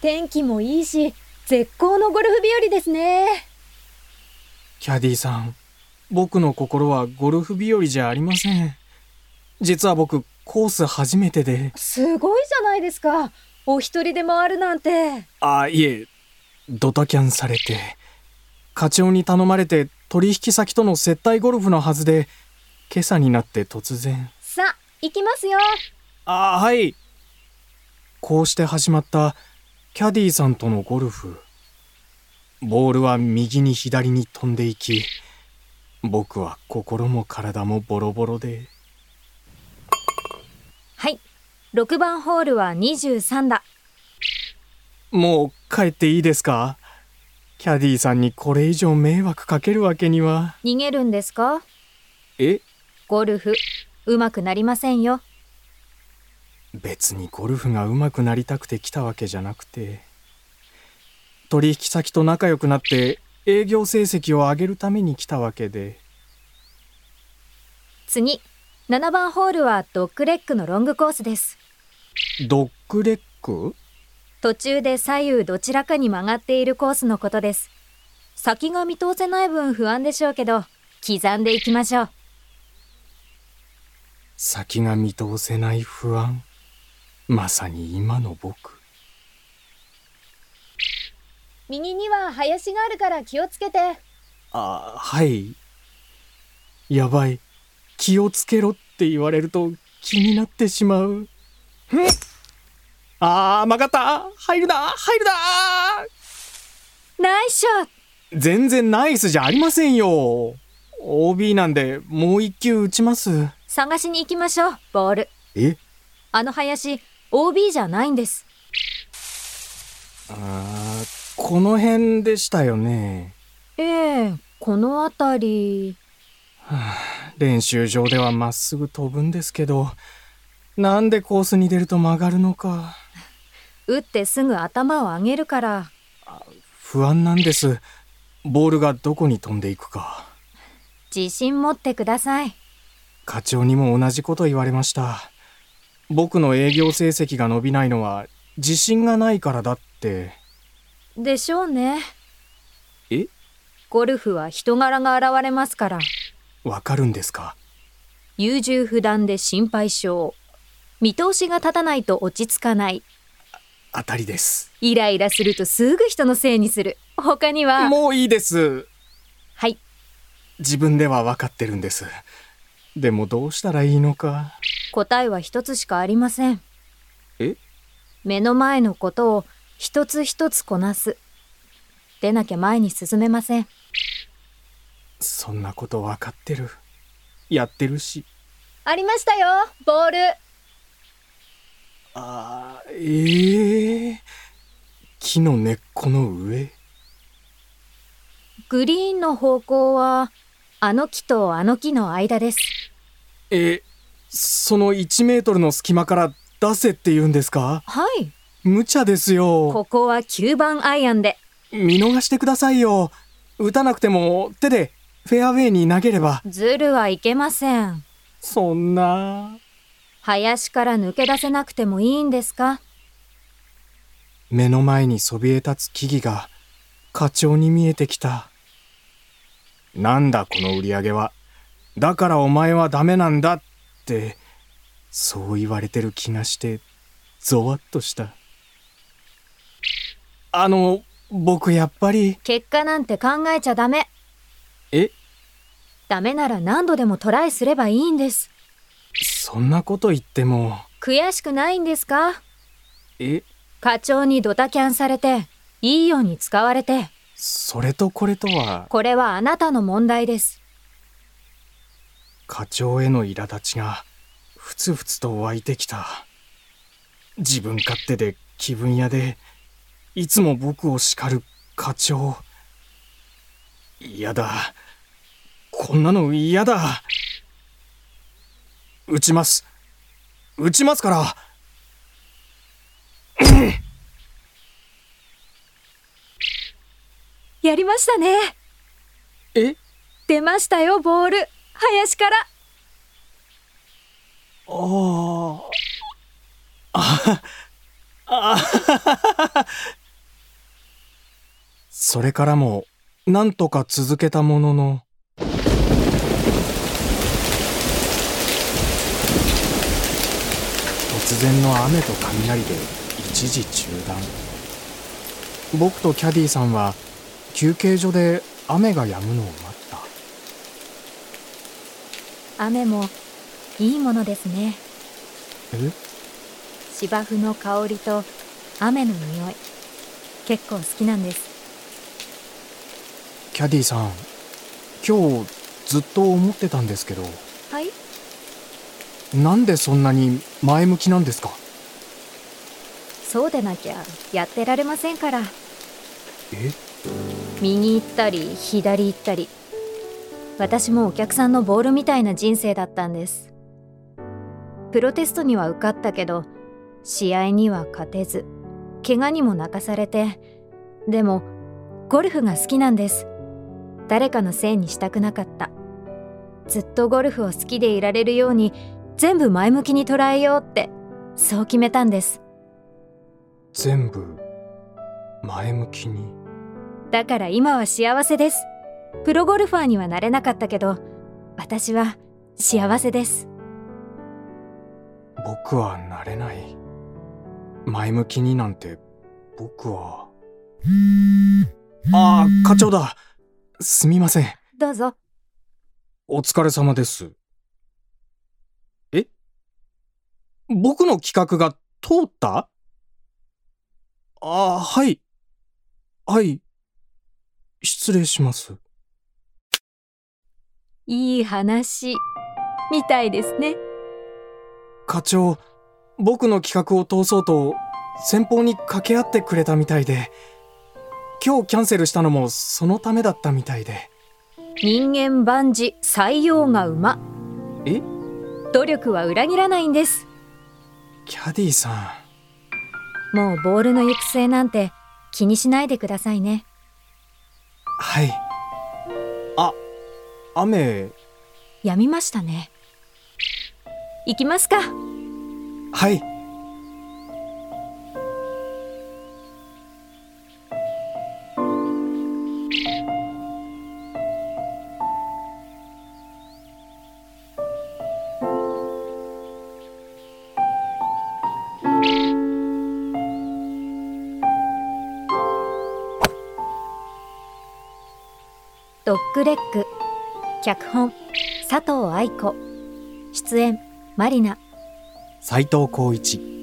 天気もいいし、絶好のゴルフ日和ですね。キャディさん、僕の心はゴルフ日和じゃありません。実は僕、コース初めてで。すごいじゃないですか。お一人で回るなんて。あ、いえ、ドタキャンされて。課長に頼まれて取引先との接待ゴルフのはずで、今朝になって突然。さあ、行きますよ。あ、はい。こうして始まったキャディさんとのゴルフ。ボールは右に左に飛んでいき、僕は心も体もボロボロで。はい。6番ホールは23だ。もう帰っていいですかキャディさんにこれ以上迷惑かけるわけには。逃げるんですかえゴルフ、うまくなりませんよ。別にゴルフが上手くなりたくて来たわけじゃなくて取引先と仲良くなって営業成績を上げるために来たわけで次、7番ホールはドッグレッグのロングコースです。ドッグレッグ途中で左右どちらかに曲がっているコースのことです。先が見通せない分不安でしょうけど、刻んでいきましょう。先が見通せない不安まさに今の僕右には林があるから気をつけて。あはいやばい気をつけろって言われると気になってしまううんあー曲がった入るな入るなナイスショット全然ナイスじゃありませんよ OB なんでもう一球打ちます探しに行きましょう、ボール。えあの林、OB じゃないんです。あーこの辺でしたよねええこの辺り。練習場ではまっすぐ飛ぶんですけどなんでコースに出ると曲がるのか打ってすぐ頭を上げるから。不安なんですボールがどこに飛んでいくか自信持ってください。課長にも同じこと言われました僕の営業成績が伸びないのは自信がないからだってでしょうね。えゴルフは人柄が現れますから。わかるんですか優柔不断で心配性。見通しが立たないと落ち着かない。当たりですイライラするとすぐ人のせいにする。他には、もういいですはい。自分では分かってるんですでもどうしたらいいのか答えは一つしかありません。え目の前のことを一つ一つこなす。でなきゃ前に進めません。そんなこと分かってるやってるしありましたよ、ボール。あーええ木の根っこの上グリーンの方向は、あの木とあの木の間です。えその1メートルの隙間から出せって言うんですかはい。無茶ですよここは9番アイアンで、見逃してくださいよ打たなくても手でフェアウェイに投げればズルはいけません。そんな林から抜け出せなくてもいいんですか目の前にそびえ立つ木々が課長に見えてきた。なんだこの売り上げは。だからお前はダメなんだって、そう言われてる気がして、ゾワッとした。あの、僕やっぱり、結果なんて考えちゃダメ。え、ダメなら何度でもトライすればいいんです。そんなこと言っても、悔しくないんですかえ、課長にドタキャンされて、いいように使われて、それとこれとは、これはあなたの問題です。課長への苛立ちがふつふつと湧いてきた自分勝手で気分屋でいつも僕を叱る課長嫌だこんなの嫌だ打ちます打ちますからやりましたね。え出ましたよ、ボール。林から。あああそれからも、なんとか続けたものの、突然の雨と雷で一時中断。僕とキャディさんは、休憩所で雨が止むのを待った。雨もいいものですねえ芝生の香りと雨の匂い結構好きなんですキャディさん、今日ずっと思ってたんですけど、はいなんでそんなに前向きなんですかそうでなきゃやってられませんからえ右行ったり左行ったり私もお客さんのボールみたいな人生だったんですプロテストには受かったけど試合には勝てず怪我にも泣かされてでもゴルフが好きなんです誰かのせいにしたくなかったずっとゴルフを好きでいられるように全部前向きに捉えようってそう決めたんです全部前向きにだから今は幸せです。プロゴルファーにはなれなかったけど、私は幸せです。僕はなれない前向きになんて僕はああ課長だすみませんどうぞ。お疲れ様ですえ僕の企画が通ったああはいはい失礼しますいい話、みたいですね。課長僕の企画を通そうと先方に掛け合ってくれたみたいで今日キャンセルしたのもそのためだったみたいで人間万事、採用が馬。え努力は裏切らないんです。キャディさもうボールの行く末なんて気にしないでくださいね。んはいあ雨やみましたね。行きますか。はいドッグレッグ脚本佐藤愛子出演マリナ斎藤浩一